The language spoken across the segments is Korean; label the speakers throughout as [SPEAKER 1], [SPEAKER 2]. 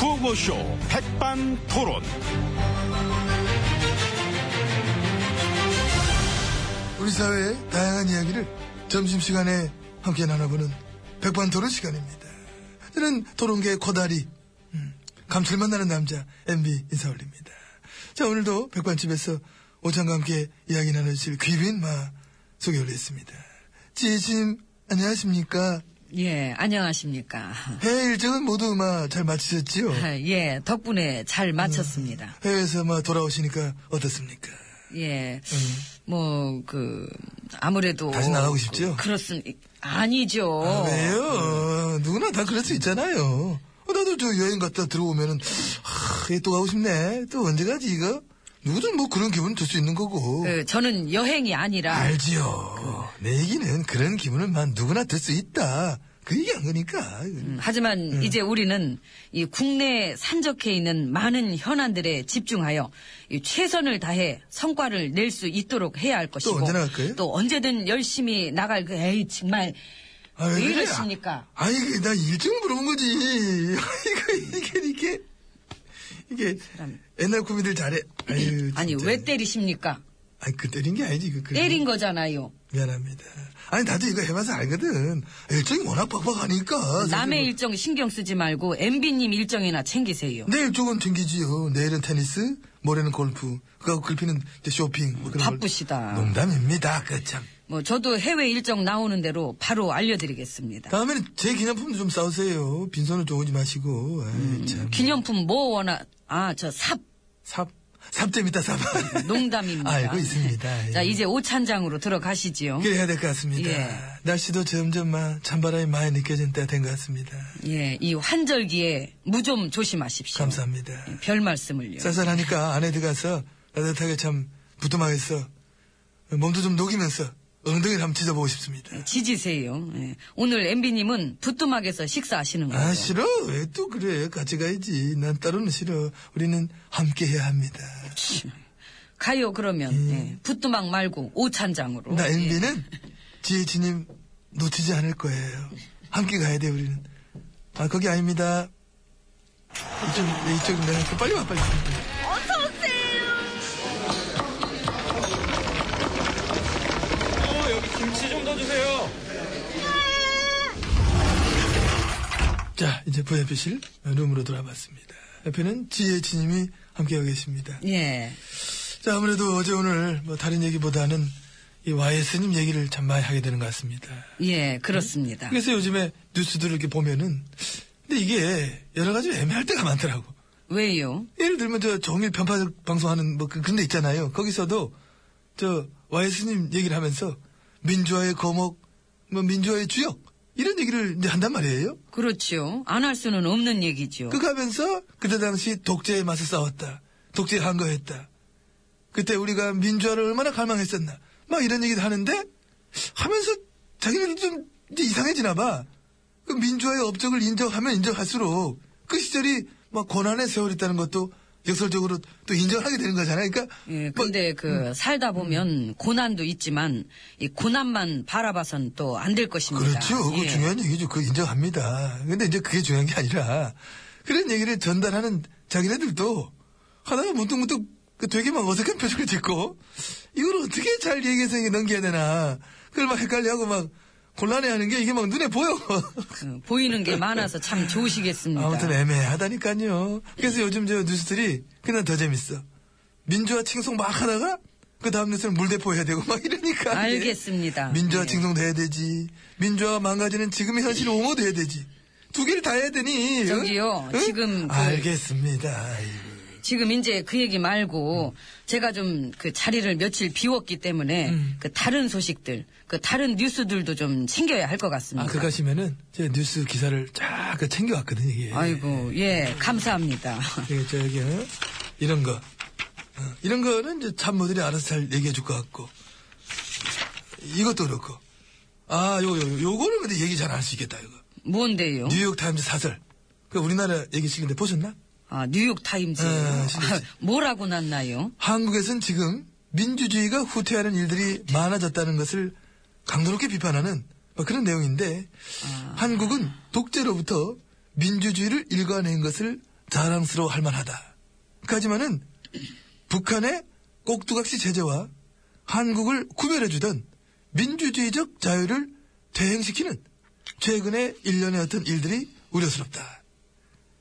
[SPEAKER 1] 라디오쇼 백반토론.
[SPEAKER 2] 우리 사회의 다양한 이야기를 점심시간에 함께 나눠보는 백반토론 시간입니다. 저는 토론계의 코다리, 음, 감칠맛 나는 남자, MB 인사올립니다. 자, 오늘도 백반집에서 오찬과 함께 이야기 나눠주실 귀빈 마 소개 올렸습니다. 지혜님 안녕하십니까?
[SPEAKER 3] 예, 안녕하십니까.
[SPEAKER 2] 해외 일정은 모두 마, 잘 마치셨지요?
[SPEAKER 3] 아, 예, 덕분에 잘 마쳤습니다.
[SPEAKER 2] 해외에서 마, 돌아오시니까 어떻습니까?
[SPEAKER 3] 예, 뭐, 그, 아무래도.
[SPEAKER 2] 음. 다시 나가고 싶죠?
[SPEAKER 3] 그렇습니다. 아니죠.
[SPEAKER 2] 아, 왜요? 누구나 다 그럴 수 있잖아요. 어, 나도 저 여행 갔다 들어오면은, 하, 얘또 가고 싶네. 또 언제 가지, 이거? 누구든 뭐 그런 기분 들 수 있는 거고.
[SPEAKER 3] 그, 저는 여행이 아니라.
[SPEAKER 2] 예. 알지요. 내 얘기는 그런 기분을 만 누구나 들 수 있다. 그 얘기한 거니까.
[SPEAKER 3] 음, 하지만 이제 우리는 이 국내에 산적해 있는 많은 현안들에 집중하여 이 최선을 다해 성과를 낼 수 있도록 해야 할 것이고
[SPEAKER 2] 언제 나갈까요?
[SPEAKER 3] 또 언제든 열심히 나갈 그 에이 정말
[SPEAKER 2] 아,
[SPEAKER 3] 왜
[SPEAKER 2] 그래?
[SPEAKER 3] 이러십니까?
[SPEAKER 2] 아, 이게 나 일정 물어본 거지. 이거, 이게, 이게, 이게,
[SPEAKER 3] 사람.
[SPEAKER 2] 옛날 구미들 잘해. 아유,
[SPEAKER 3] 아니
[SPEAKER 2] 진짜.
[SPEAKER 3] 왜 때리십니까?
[SPEAKER 2] 아니, 그 때린 게 아니지. 그, 그,
[SPEAKER 3] 때린 거잖아요.
[SPEAKER 2] 미안합니다. 아니, 나도 이거 해봐서 알거든. 일정이 워낙 빡빡하니까. 뭐
[SPEAKER 3] 남의 일정 신경 쓰지 말고 MB님 일정이나 챙기세요.
[SPEAKER 2] 내일 조금 챙기지요. 내일은 테니스, 모레는 골프, 그거 걸피는 이제 쇼핑. 뭐 그런 걸.
[SPEAKER 3] 바쁘시다. 아.
[SPEAKER 2] 농담입니다. 그 참.
[SPEAKER 3] 뭐 저도 해외 일정 나오는 대로 바로 알려드리겠습니다.
[SPEAKER 2] 다음에는 제 기념품도 좀 싸우세요. 빈손을 좀 오지 마시고. 아이, 참.
[SPEAKER 3] 음, 기념품 뭐 원하? 아 저 삽.
[SPEAKER 2] 삽. 삽 재밌다, 삽.
[SPEAKER 3] 농담입니다.
[SPEAKER 2] 알고 있습니다.
[SPEAKER 3] 자
[SPEAKER 2] 예.
[SPEAKER 3] 이제 오찬장으로 들어가시지요.
[SPEAKER 2] 그래야 될 것 같습니다.
[SPEAKER 3] 예.
[SPEAKER 2] 날씨도 점점 막 찬바람이 많이 느껴진 때가 된 것 같습니다.
[SPEAKER 3] 예, 이 환절기에 무 좀 조심하십시오. 예,
[SPEAKER 2] 감사합니다.
[SPEAKER 3] 별 말씀을요.
[SPEAKER 2] 쌀쌀하니까 안에 들어가서 따뜻하게 참 부뚜막에서 몸도 좀 녹이면서 엉덩이를 한번 찢어보고 싶습니다.
[SPEAKER 3] 지지세요. 예. 오늘 MB님은 부뚜막에서 식사하시는 거예요.
[SPEAKER 2] 아 싫어 왜 또 그래 같이 가야지 난 따로는 싫어 우리는 함께 해야 합니다
[SPEAKER 3] 가요 그러면 예, 부뚜막 말고 오찬장으로.
[SPEAKER 2] 음. 나
[SPEAKER 3] 예.
[SPEAKER 2] MB는 지혜진님 놓치지 않을 거예요 함께 가야 돼 우리는 아 거기 아닙니다 이쪽 네, 이쪽 내가 빨리 와 빨리
[SPEAKER 4] 어, 여기 김치 좀 더 주세요.
[SPEAKER 2] 자 이제 VIP실 룸으로 돌아봤습니다 옆에는 지혜진님이 함께하고 계십니다
[SPEAKER 3] 예.
[SPEAKER 2] 자 아무래도 어제 오늘 뭐 다른 얘기보다는 이 YS님 얘기를 참 많이 하게 되는 것 같습니다
[SPEAKER 3] 예, 그렇습니다.
[SPEAKER 2] 그래서 요즘에 뉴스들을 이렇게 보면은 근데 이게 여러 가지 애매할 때가 많더라고.
[SPEAKER 3] 왜요?
[SPEAKER 2] 예를 들면 저 정일 편파 방송하는 뭐 그- 그런 데 있잖아요. 거기서도 저 와이스님 얘기를 하면서 민주화의 거목, 뭐 민주화의 주역 이런 얘기를 이제 한단 말이에요.
[SPEAKER 3] 그렇죠. 안 할 수는 없는 얘기죠.
[SPEAKER 2] 그거 하면서 그때 당시 독재에 맞서 싸웠다. 독재 한거했다. 그때 우리가 민주화를 얼마나 갈망했었나. 막 이런 얘기도 하는데 하면서 자기는 좀 이제 이상해지나 봐. 그 민주화의 업적을 인정하면 인정할수록 그 시절이 막 고난의 세월이었다는 것도 역설적으로 또 인정하게 되는 거잖아요. 그러니까
[SPEAKER 3] 예,
[SPEAKER 2] 뭐 음.
[SPEAKER 3] 근데 그 살다 보면 고난도 있지만 이 고난만 바라봐선 또 안 될 것입니다.
[SPEAKER 2] 그렇죠. 그
[SPEAKER 3] 예.
[SPEAKER 2] 중요한 얘기죠. 그거 인정합니다. 근데 이제 그게 중요한 게 아니라 그런 얘기를 전달하는 자기네들도 하다가 문득문득 그 되게 막 어색한 표정을 짓고 이걸 어떻게 잘 얘기해서 이게 넘겨야 되나 그걸 막 헷갈려하고 막 곤란해하는 게 이게 막 눈에 보여.
[SPEAKER 3] 그 보이는 게 많아서 참 좋으시겠습니다.
[SPEAKER 2] 아무튼 애매하다니까요. 그래서 요즘 저 뉴스들이 그냥 더 재밌어. 민주화 칭송 막 하다가 그 다음 뉴스는 물대포 해야 되고 막 이러니까. 이게
[SPEAKER 3] 알겠습니다.
[SPEAKER 2] 민주화
[SPEAKER 3] 예.
[SPEAKER 2] 칭송도 해야 되지. 민주화 망가지는 지금의 현실 옹호도 해야 되지. 두 개를 다 해야 되니. 응?
[SPEAKER 3] 저기요, 지금 그-
[SPEAKER 2] 알겠습니다. 아이고.
[SPEAKER 3] 지금 이제 그 얘기
[SPEAKER 2] 음.
[SPEAKER 3] 말고 제가 좀 그 자리를 며칠 비웠기 때문에
[SPEAKER 2] 음.
[SPEAKER 3] 그 다른 소식들, 그 다른 뉴스들도 좀 챙겨야 할 것
[SPEAKER 2] 아,
[SPEAKER 3] 같습니다.
[SPEAKER 2] 그거 하시면은 제 뉴스 기사를 쫙 챙겨왔거든요. 이게.
[SPEAKER 3] 이고 예, 감사합니다.
[SPEAKER 2] 이게 저기 어? 이런 거. 어, 이런 거는 이제 참모들이 알아서 잘 얘기해 줄 것 같고. 이것도 그렇고. 아, 요, 요, 요거는 근데 얘기 잘 안 할 수 있겠다, 이거.
[SPEAKER 3] 뭔데요?
[SPEAKER 2] 뉴욕타임즈 사설. 그 우리나라 얘기식인데 보셨나?
[SPEAKER 3] 아, 뉴욕 타임즈.
[SPEAKER 2] 아, 진짜.
[SPEAKER 3] 뭐라고 났나요?
[SPEAKER 2] 한국에선 지금 민주주의가 후퇴하는 일들이 많아졌다는 것을 강도롭게 비판하는 뭐 그런 내용인데 한국은 독재로부터 민주주의를 일관한 것을 자랑스러워 할 만하다. 하지만은 북한의 꼭두각시 제재와 한국을 구별해주던 민주주의적 자유를 퇴행시키는 최근의 일련의 어떤 일들이 우려스럽다.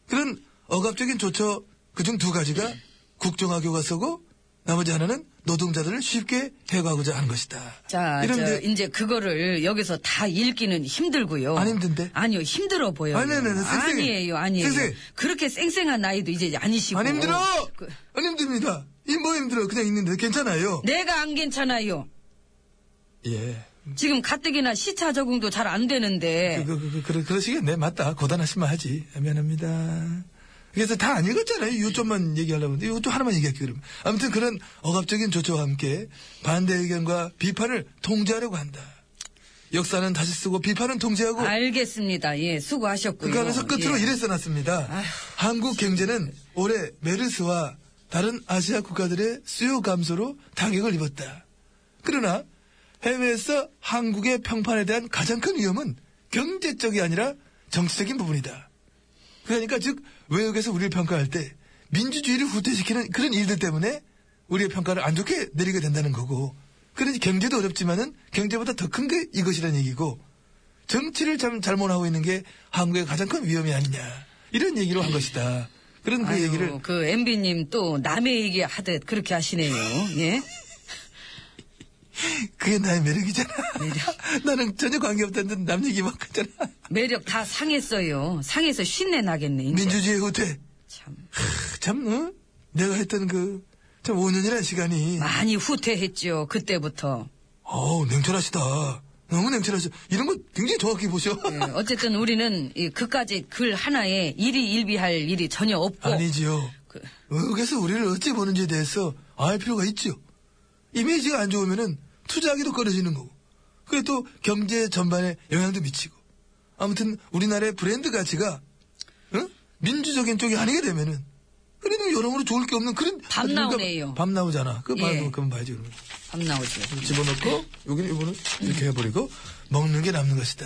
[SPEAKER 2] 그런 억압적인 조처 그중 두 가지가 국정화교가 서고 나머지 하나는 노동자들을 쉽게 해고하고자 하는 것이다.
[SPEAKER 3] 자,
[SPEAKER 2] 이런
[SPEAKER 3] 저,
[SPEAKER 2] 데-
[SPEAKER 3] 이제 그거를 여기서 다 읽기는 힘들고요.
[SPEAKER 2] 안 힘든데?
[SPEAKER 3] 아니요, 힘들어 보여요.
[SPEAKER 2] 아니, 아니, 아니, 쌩쌩해.
[SPEAKER 3] 에요 아니에요.
[SPEAKER 2] 쌩쌩해.
[SPEAKER 3] 그렇게 쌩쌩한 나이도 이제 아니시고.
[SPEAKER 2] 안 힘들어!
[SPEAKER 3] 그-
[SPEAKER 2] 안 힘듭니다. 이 뭐 힘들어. 그냥 있는데 괜찮아요.
[SPEAKER 3] 내가 안 괜찮아요. 네.
[SPEAKER 2] 예.
[SPEAKER 3] 지금 가뜩이나 시차 적응도 잘 안 되는데.
[SPEAKER 2] 그, 그, 그, 그, 그, 그러시겠네. 맞다. 고단하시면 하지. 미안합니다. 그래서 다 안 읽었잖아요. 요점만 얘기하려고 했는데, 요점 하나만 얘기할게요, 그럼. 아무튼 그런 억압적인 조처와 함께 반대 의견과 비판을 통제하려고 한다. 역사는 다시 쓰고 비판은 통제하고
[SPEAKER 3] 알겠습니다. 예, 수고하셨고요.
[SPEAKER 2] 그러니까 그래서 끝으로
[SPEAKER 3] 예.
[SPEAKER 2] 이래 써놨습니다.
[SPEAKER 3] 아휴,
[SPEAKER 2] 한국 경제는 올해 메르스와 다른 아시아 국가들의 수요 감소로 타격을 입었다. 그러나 해외에서 한국의 평판에 대한 가장 큰 위험은 경제적이 아니라 정치적인 부분이다. 그러니까 즉 외국에서 우리를 평가할 때 민주주의를 후퇴시키는 그런 일들 때문에 우리의 평가를 안 좋게 내리게 된다는 거고 그러니 경제도 어렵지만은 경제보다 더 큰 게 이것이라는 얘기고 정치를 참 잘못하고 있는 게 한국의 가장 큰 위험이 아니냐 이런 얘기로 한 것이다 그런 그
[SPEAKER 3] 아유,
[SPEAKER 2] 얘기를
[SPEAKER 3] 그 MB님 또 남의 얘기 하듯 그렇게 하시네요. 예?
[SPEAKER 2] 그게 나의 매력이잖아 나는 전혀 관계없다는 남 얘기 막 하잖아
[SPEAKER 3] 매력 다 상했어요. 상해서 쉰내 나겠네, 이제.
[SPEAKER 2] 민주주의 후퇴
[SPEAKER 3] 참.
[SPEAKER 2] 크, 참 어? 내가 했던 그 참 5년이라는 시간이
[SPEAKER 3] 많이 후퇴했죠, 그때부터.
[SPEAKER 2] 어우 냉철하시다 너무 냉철하시다 이런 거 굉장히 정확히 보셔
[SPEAKER 3] 예, 어쨌든 우리는 이 그까지 글 하나에 일이 일비할 일이 전혀 없고.
[SPEAKER 2] 아니지요.
[SPEAKER 3] 그-
[SPEAKER 2] 외국에서 우리를 어찌 보는지에 대해서 알 필요가 있죠. 이미지가 안 좋으면은 투자하기도 꺼려지는 거고. 그게 또 경제 전반에 영향도 미치고. 아무튼 우리나라의 브랜드 가치가 어? 민주적인 쪽이 아니게 되면은 그래도 여러모로 좋을 게 없는 그런
[SPEAKER 3] 밤
[SPEAKER 2] 아주
[SPEAKER 3] 나오네요.
[SPEAKER 2] 밤 나오잖아. 그거 봐,
[SPEAKER 3] 예.
[SPEAKER 2] 그건 봐야지 그러면.
[SPEAKER 3] 밥 나오죠.
[SPEAKER 2] 집어넣고 여기는 이거는 이렇게 해버리고 먹는 게 남는 것이다.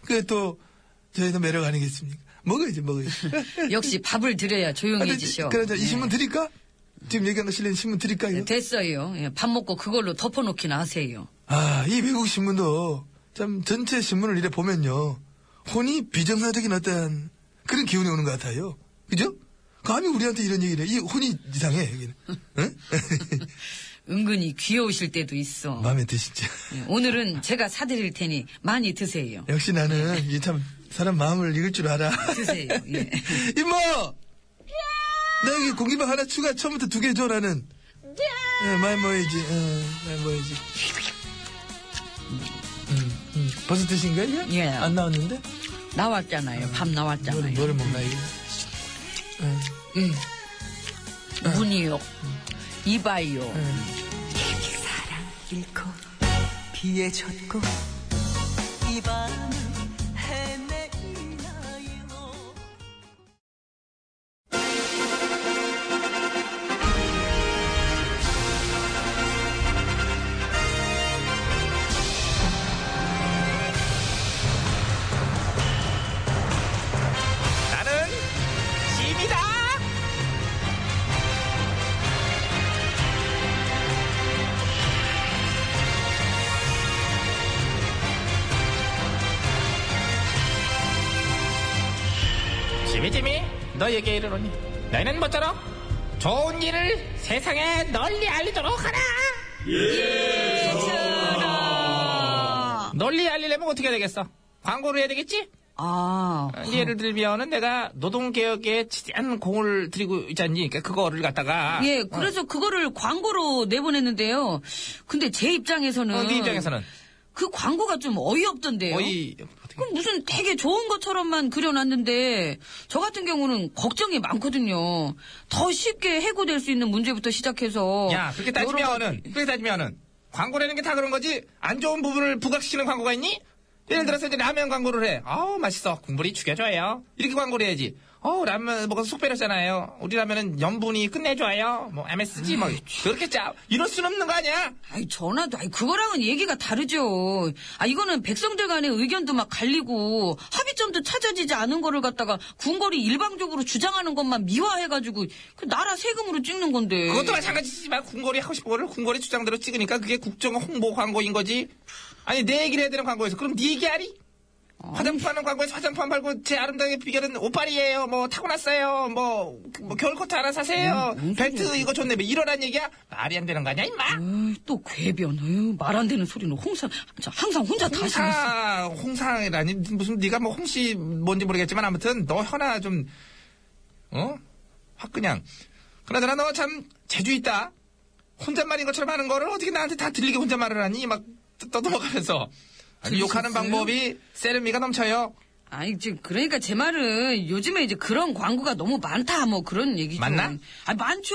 [SPEAKER 2] 그게 또 저희도 매력 아니겠습니까? 먹어야지 먹어야지.
[SPEAKER 3] 역시 밥을 드려야 조용해지셔.
[SPEAKER 2] 그래, 이 신문 드릴까? 지금 얘기한 거 실린 신문 네. 드릴까?
[SPEAKER 3] 예,
[SPEAKER 2] 이거?
[SPEAKER 3] 됐어요. 예, 밥 먹고 그걸로 덮어놓긴 하세요.
[SPEAKER 2] 아, 이 미국 신문도 참 전체 신문을 이래 보면요. 혼이 비정상적인 어떤 그런 기운이 오는 것 같아요. 그죠? 감히 우리한테 이런 얘기를 해. 이 혼이 이상해, 여기는. 응?
[SPEAKER 3] 은근히 귀여우실 때도 있어.
[SPEAKER 2] 마음에 드시죠?
[SPEAKER 3] 예, 오늘은 제가 사드릴 테니 많이 드세요.
[SPEAKER 2] 역시 나는 이 참 사람 마음을 읽을 줄 알아.
[SPEAKER 3] 드세요. 예.
[SPEAKER 2] 이모! 나 여기 고기밥 하나 추가 처음부터 두 개 줘라는. 예, 많이 먹어야지. 어, 많이 먹어야지. 음, 음. 벌써 드신 거야? 이거?
[SPEAKER 3] 예.
[SPEAKER 2] 안 나왔는데?
[SPEAKER 3] 나왔잖아요. 밥
[SPEAKER 2] 뭐를,
[SPEAKER 3] 나왔잖아요. 예.
[SPEAKER 2] 뭐를 먹나, 이거?
[SPEAKER 3] 문이요. 이봐요.
[SPEAKER 5] 잃고 비에 젖고 이 밤을 헤매나요
[SPEAKER 1] 나는 짐이다.
[SPEAKER 6] 지미 지미 너에게 이르노니 너희는 모쪼록 좋은 일을 세상에 널리 알리도록 하라 널리 알리려면 어떻게 해야 되겠어 광고를 해야 되겠지
[SPEAKER 3] 아,
[SPEAKER 6] 어, 예를 들면은 내가 노동개혁에 지대한 공을 들이고 있잖니 그러니까 그거를 갖다가
[SPEAKER 3] 예, 그래서 그거를 광고로 내보냈는데요. 근데 제 입장에서는.
[SPEAKER 6] 어, 네 입장에서는
[SPEAKER 3] 그 광고가 좀 어이없던데요.
[SPEAKER 6] 거의 어떻게
[SPEAKER 3] 그럼 무슨 되게 좋은 것처럼만 그려놨는데, 저 같은 경우는 걱정이 많거든요. 더 쉽게 해고될 수 있는 문제부터 시작해서.
[SPEAKER 6] 야 그렇게
[SPEAKER 3] 여러 가지-
[SPEAKER 6] 따지면은 그렇게 따지면은 광고라는 게 다 그런 거지 안 좋은 부분을 부각시키는 광고가 있니? 예를 들어서 이제 라면 광고를 해. 아우 맛있어. 국물이 죽여줘요. 이렇게 광고를 해야지. 어 라면 먹어서 속 배렸잖아요. 우리 라면은 염분이 끝내줘요. 뭐 MSG 막 그렇게 짜 이럴 순 없는 거 아니야?
[SPEAKER 3] 아이, 전화도, 아이, 그거랑은 얘기가 다르죠. 아, 이거는 백성들 간의 의견도 막 갈리고, 합의점도 찾아지지 않은 거를 갖다가, 군거리 일방적으로 주장하는 것만 미화해가지고, 그 나라 세금으로 찍는 건데.
[SPEAKER 6] 그것도 마찬가지지만 궁궐이 하고 싶은 거를 궁궐이 주장대로 찍으니까 그게 국정 홍보 광고인 거지. 아니 내 얘기를 해야 되는 광고에서 그럼 네 얘기 하리? 화장품 하는 광고에서 화장품 안 팔고 제 아름다운 비결은 옷빨이에요. 뭐 타고났어요. 뭐, 그, 뭐 겨울코트 하나 사세요. 벨트 이거 좋네. 뭐 이러란 얘기야? 말이 안 되는 거 아니야 임마?
[SPEAKER 3] 어이, 또 괴변, 어휴, 말안 되는 소리는 홍상, 저 항상 혼자 다 신었어.
[SPEAKER 6] 홍사 홍상이라니 무슨 네가 뭐 홍씨 뭔지 모르겠지만 아무튼 너 현아 좀 어? 확 그냥 그나저나 너 참 재주 있다 혼잣말인 것처럼 하는 거를 어떻게 나한테 다 들리게 혼잣말을 하니 막 떠- 떠듬어가면서 아니, 욕하는 방법이 세련미가 넘쳐요
[SPEAKER 3] 아니, 지금, 그러니까 제 말은 요즘에 이제 그런 광고가 너무 많다, 뭐 그런 얘기죠.
[SPEAKER 6] 맞나?
[SPEAKER 3] 아, 많죠.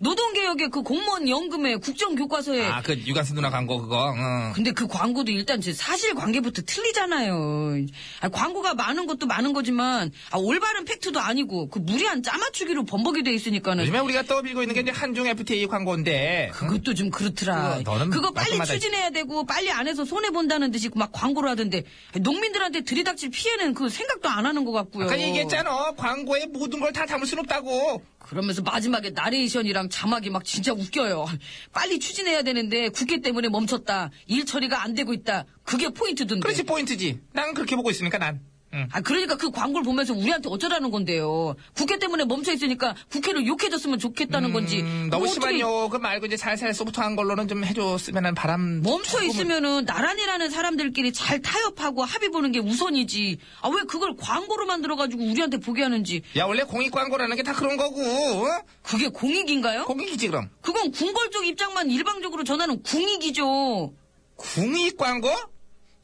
[SPEAKER 3] 노동개혁에 그 공무원 연금에 국정교과서에.
[SPEAKER 6] 아 그 유관순 누나 광고 그거 어. 응.
[SPEAKER 3] 근데 그 광고도 일단 제 사실 관계부터 틀리잖아요. 아, 광고가 많은 것도 많은 거지만, 아, 올바른 팩트도 아니고, 그 무리한 짜맞추기로 범벅이 돼 있으니까는.
[SPEAKER 6] 요즘에 우리가 떠밀고 있는 게 이제 한중 FTA 광고인데 응?
[SPEAKER 3] 그것도 좀 그렇더라.
[SPEAKER 6] 그거 너는
[SPEAKER 3] 그거 빨리
[SPEAKER 6] 말씀하다.
[SPEAKER 3] 추진해야 되고, 빨리 안 해서 손해본다는 듯이 막 광고를 하던데, 농민들한테 들이닥칠 피해는 그 생각도 안 하는 것 같고요.
[SPEAKER 6] 아까 얘기했잖아 광고에 모든 걸 다 담을 순 없다고
[SPEAKER 3] 그러면서 마지막에 나레이션이랑 자막이 막 진짜 웃겨요. 빨리 추진해야 되는데 국회 때문에 멈췄다. 일 처리가 안 되고 있다. 그게 포인트던데.
[SPEAKER 6] 그렇지 포인트지 난 그렇게 보고 있으니까 난 응.
[SPEAKER 3] 아 그러니까 그 광고를 보면서 우리한테 어쩌라는 건데요. 국회 때문에 멈춰 있으니까 국회를 욕해줬으면 좋겠다는 건지.
[SPEAKER 6] 음, 너무
[SPEAKER 3] 뭐
[SPEAKER 6] 심한
[SPEAKER 3] 어떻게
[SPEAKER 6] 욕은 말고 이제 살살 소프트한 걸로는 좀 해줬으면 하는 바람
[SPEAKER 3] 멈춰
[SPEAKER 6] 조금은-
[SPEAKER 3] 있으면은 나란이라는 사람들끼리 잘 타협하고 합의 보는 게 우선이지. 아 왜 그걸 광고로 만들어가지고 우리한테 보게 하는지.
[SPEAKER 6] 야 원래 공익 광고라는 게 다 그런 거고 어?
[SPEAKER 3] 그게 공익인가요?
[SPEAKER 6] 공익이지 그럼
[SPEAKER 3] 그건 궁궐 쪽 입장만 일방적으로 전하는 궁익이죠.
[SPEAKER 6] 공익 광고?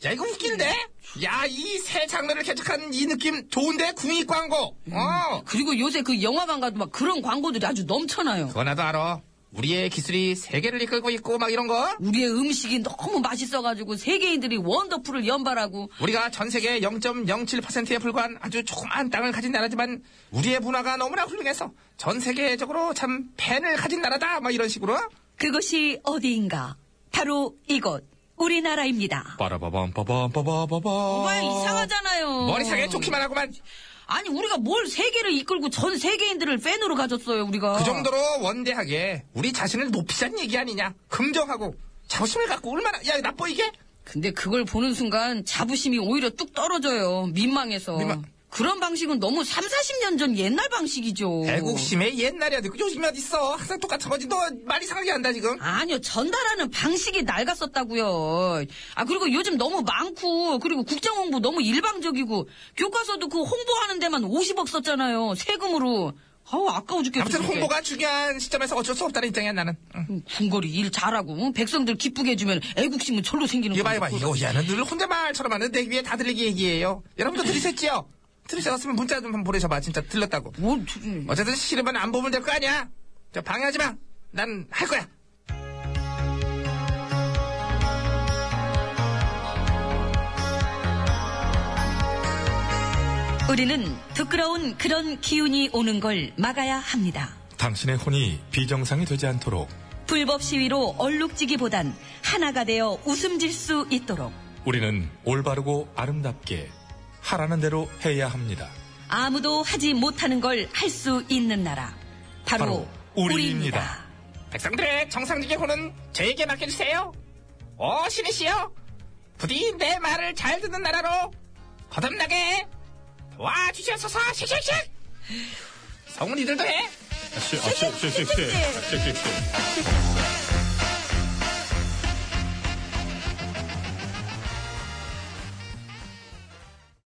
[SPEAKER 6] 야 이거 웃긴데? 야 이 새 장르를 개척한 이 느낌 좋은데 공익 광고 어
[SPEAKER 3] 그리고 요새 그 영화관 가도 막 그런 광고들이 아주 넘쳐나요.
[SPEAKER 6] 그거 나도 알아 우리의 기술이 세계를 이끌고 있고 막 이런 거
[SPEAKER 3] 우리의 음식이 너무 맛있어가지고 세계인들이 원더풀을 연발하고
[SPEAKER 6] 우리가 전 세계 0.07%에 불과한 아주 조그마한 땅을 가진 나라지만 우리의 문화가 너무나 훌륭해서 전 세계적으로 참 팬을 가진 나라다 막 이런 식으로
[SPEAKER 3] 그것이 어디인가? 바로 이곳 우리나라입니다.
[SPEAKER 6] 빠라바밤 빠밤 빠바바밤
[SPEAKER 3] 정말 이상하잖아요.
[SPEAKER 6] 어. 머리 상에 좋기만 하고만
[SPEAKER 3] 아니 우리가 뭘 세계를 이끌고 전 세계인들을 팬으로 가졌어요 우리가.
[SPEAKER 6] 그 정도로 원대하게 우리 자신을 높이자는 얘기 아니냐 긍정하고 자부심을 갖고 얼마나 야 나빠 이게
[SPEAKER 3] 근데 그걸 보는 순간 자부심이 오히려 뚝 떨어져요. 민망해서.
[SPEAKER 6] 민망-
[SPEAKER 3] 그런 방식은 너무 3, 40년 전 옛날 방식이죠.
[SPEAKER 6] 애국심의 옛날이야 그 요즘이 어딨어 항상 똑같은 거지 너 말 이상하게 한다 지금
[SPEAKER 3] 아니요, 전달하는 방식이 낡았었다고요. 아 그리고 요즘 너무 많고 그리고 국정 홍보 너무 일방적이고 교과서도 그 홍보하는 데만 50억 썼잖아요. 세금으로. 아우 아까워 죽겠어.
[SPEAKER 6] 아무튼
[SPEAKER 3] 그게.
[SPEAKER 6] 홍보가 중요한 시점에서 어쩔 수 없다는 입장이야 나는 응.
[SPEAKER 3] 음, 궁궐이 일 잘하고 응? 백성들 기쁘게 해주면 애국심은 절로 생기는
[SPEAKER 6] 이거
[SPEAKER 3] 거예요.
[SPEAKER 6] 봐 이거 봐 이거 야는 늘 혼잣말처럼 하는데 귀에 다 들리게 얘기해요 여러분도 들으셨지요 들으셨으면 문자 좀 한번 보내셔봐 진짜 들렸다고
[SPEAKER 3] 뭘 저기-
[SPEAKER 6] 어쨌든 싫으면 안 보면 될 거 아니야 저 방해하지 마난 할 거야
[SPEAKER 3] 우리는 부끄러운 그런 기운이 오는 걸 막아야 합니다.
[SPEAKER 7] 당신의 혼이 비정상이 되지 않도록
[SPEAKER 3] 불법 시위로 얼룩지기보단 하나가 되어 웃음 질 수 있도록
[SPEAKER 7] 우리는 올바르고 아름답게 하라는 대로 해야 합니다.
[SPEAKER 3] 아무도 하지 못하는 걸 할 수 있는 나라 바로,
[SPEAKER 7] 바로 우리입니다.
[SPEAKER 6] 백성들의 정상적인 혼은 저에게 맡겨주세요 어 신이시여 부디 내 말을 잘 듣는 나라로 거듭나게 와주시옵소서 씩씩씩 성훈이들도 해
[SPEAKER 3] 우리입니다.